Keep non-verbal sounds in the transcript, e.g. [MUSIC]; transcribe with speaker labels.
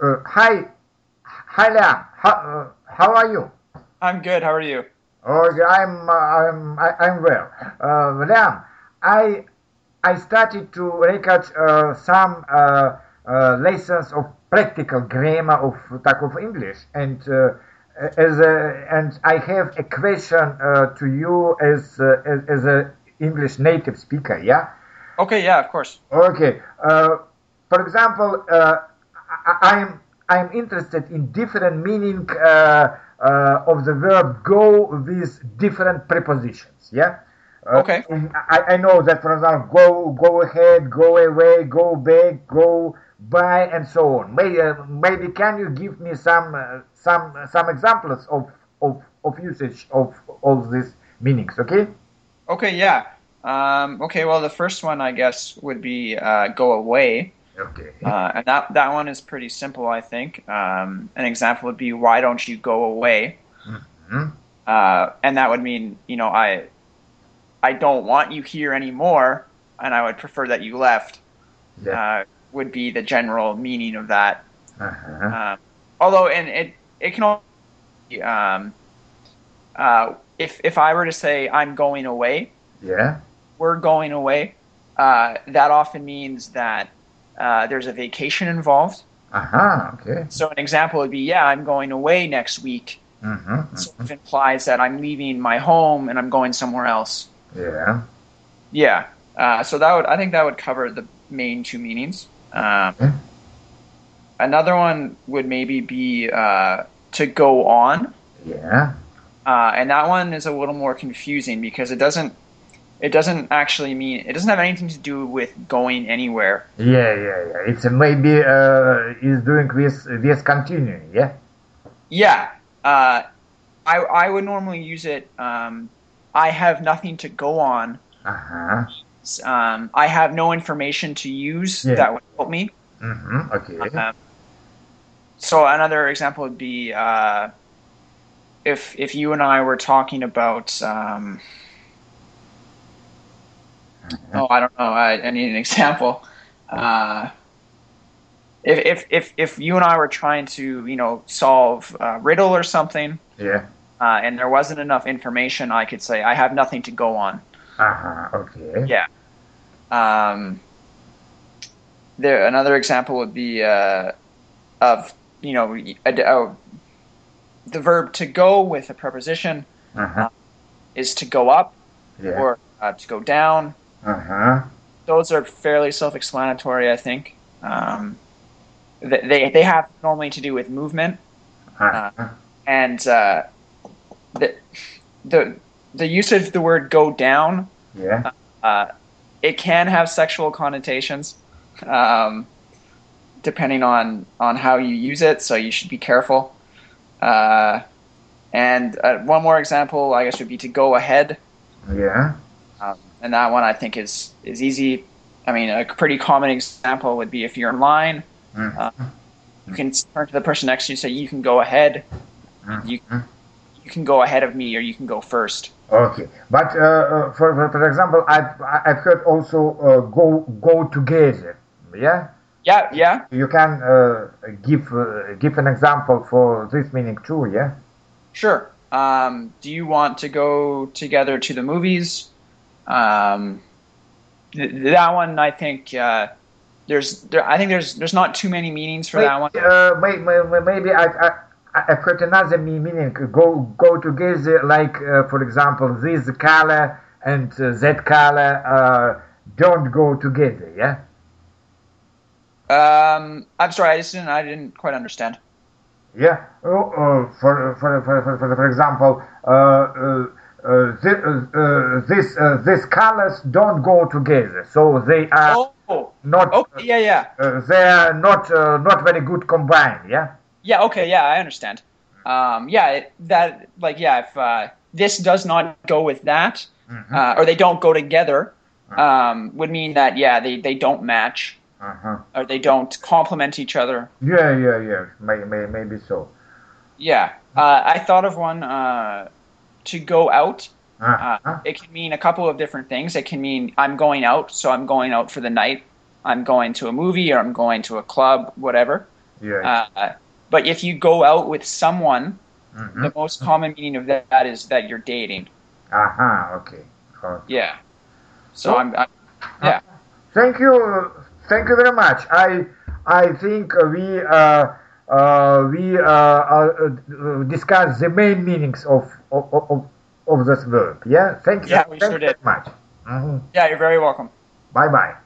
Speaker 1: Uh, hi, hi Leah. How, uh, how are you?
Speaker 2: I'm good. How are you?
Speaker 1: Oh, yeah, I'm, uh, I'm, I- I'm well. Uh, Leah, I, I started to record uh, some uh, uh, lessons of practical grammar of type of English, and uh, as a, and I have a question uh, to you as uh, as, as a English native speaker. Yeah.
Speaker 2: Okay, yeah, of course.
Speaker 1: Okay. Uh, for example, uh, I- I- I'm I'm interested in different meaning uh, uh, of the verb go with different prepositions. Yeah. Uh,
Speaker 2: Okay.
Speaker 1: I, I know that, for example, go go ahead, go away, go back, go by, and so on. Maybe, uh, maybe can you give me some uh, some some examples of of, of usage of all these meanings? Okay.
Speaker 2: Okay, yeah. Um, okay, well, the first one, I guess, would be uh, go away.
Speaker 1: Okay.
Speaker 2: Uh, and that, that one is pretty simple, I think. Um, an example would be, why don't you go away?
Speaker 1: Mhm.
Speaker 2: Uh, and that would mean, you know, I, I don't want you here anymore, and I would prefer that you left,
Speaker 1: Yeah.
Speaker 2: uh, would be the general meaning of that.
Speaker 1: Uh-huh.
Speaker 2: Um, although, and it, it can also be, um, uh, if, if I were to say, I'm going away,
Speaker 1: Yeah.
Speaker 2: we're going away, uh, that often means that uh, there's a vacation involved.
Speaker 1: Aha. Uh-huh. Okay.
Speaker 2: So an example would be, yeah, I'm going away next week.
Speaker 1: Mm-hmm.
Speaker 2: Sort of implies that I'm leaving my home and I'm going somewhere else.
Speaker 1: Yeah.
Speaker 2: Yeah. Uh, so that would, I think that would cover the main two meanings. Um,
Speaker 1: Okay.
Speaker 2: another one would maybe be uh, to go on,
Speaker 1: Yeah.
Speaker 2: uh, and that one is a little more confusing because it doesn't, it doesn't actually mean it doesn't have anything to do with going anywhere.
Speaker 1: Yeah, yeah, yeah. It's maybe uh, is doing this this continuing. Yeah.
Speaker 2: Yeah. Uh, I, I would normally use it. Um, I have nothing to go on.
Speaker 1: Uh-huh.
Speaker 2: Um, I have no information to use
Speaker 1: Yeah.
Speaker 2: that would help me.
Speaker 1: Mm-hmm. Okay.
Speaker 2: Um, so another example would be uh, if if you and I were talking about. Um, oh, I don't know. I, I need an [LAUGHS] example. Uh, if, if if if you and I were trying to you know solve a riddle or something,
Speaker 1: Yeah.
Speaker 2: uh, and there wasn't enough information, I could say I have nothing to go on.
Speaker 1: Uh-huh. Okay.
Speaker 2: Yeah. Um, there another example would be uh, of you know a, a, the verb to go with a preposition
Speaker 1: Uh-huh.
Speaker 2: is to go up
Speaker 1: Yeah.
Speaker 2: or uh, to go down.
Speaker 1: Uh-huh.
Speaker 2: Those are fairly self-explanatory, I think. Um, th- they they have normally to do with movement
Speaker 1: Uh-huh.
Speaker 2: and uh, the the the use of the word go down.
Speaker 1: Yeah.
Speaker 2: Uh, it can have sexual connotations. Um, depending on on how you use it. So you should be careful. Uh, and uh, one more example, I guess, would be to go ahead,
Speaker 1: Yeah.
Speaker 2: um, and that one I think is is easy. I mean, a pretty common example would be if you're in line,
Speaker 1: Mm.
Speaker 2: uh, you can turn to the person next to you and say, "You can go ahead. You you can go ahead of me, or you can go first.
Speaker 1: Okay. But uh, uh, for, for for example, I've I've heard also uh, go go together. Yeah.
Speaker 2: Yeah, yeah,
Speaker 1: You can uh, give uh, give an example for this meaning too. Yeah.
Speaker 2: sure. Um, do you want to go together to the movies? Um, th- that one, I think. Uh, there's there, I think there's there's not too many meanings for
Speaker 1: Maybe,
Speaker 2: that one.
Speaker 1: uh, may, may, may- maybe I, I, I- I've got another me- meaning. Go go together, like uh, for example, this color and uh, that color uh, don't go together. Yeah.
Speaker 2: Um, I'm sorry, I just didn't I didn't quite understand.
Speaker 1: Yeah. Oh, uh, for, for, for, for, for, for example, uh, uh, uh, thi- uh, uh, this uh, these colors don't go together, so they are
Speaker 2: Oh,
Speaker 1: not
Speaker 2: okay, yeah, yeah,
Speaker 1: uh, they are not uh, not very good combined. Yeah.
Speaker 2: yeah, okay, yeah, I understand. Um, yeah, it, that like yeah, if uh, this does not go with that,
Speaker 1: Mhm.
Speaker 2: uh, or they don't go together, um, would mean that yeah, they they don't match
Speaker 1: Uh-huh.
Speaker 2: or they don't complement each other.
Speaker 1: Yeah, yeah, yeah. May, may, maybe so.
Speaker 2: Yeah, uh, I thought of one uh, to go out.
Speaker 1: Uh-huh.
Speaker 2: Uh, it can mean a couple of different things. It can mean I'm going out, so I'm going out for the night. I'm going to a movie or I'm going to a club, whatever.
Speaker 1: Yeah.
Speaker 2: Uh, but if you go out with someone,
Speaker 1: Mhm.
Speaker 2: the most common meaning of that is that you're dating.
Speaker 1: Aha. Okay. Oh.
Speaker 2: Yeah. So
Speaker 1: Oh.
Speaker 2: I'm, I'm yeah.
Speaker 1: Thank you. Thank you very much. I I think we uh, uh, we uh, uh, discussed the main meanings of of, of, of this verb. Yeah. Thank you.
Speaker 2: Yeah, we
Speaker 1: Thank
Speaker 2: sure
Speaker 1: you
Speaker 2: did.
Speaker 1: very much. hmm
Speaker 2: Yeah, you're very welcome.
Speaker 1: Bye bye.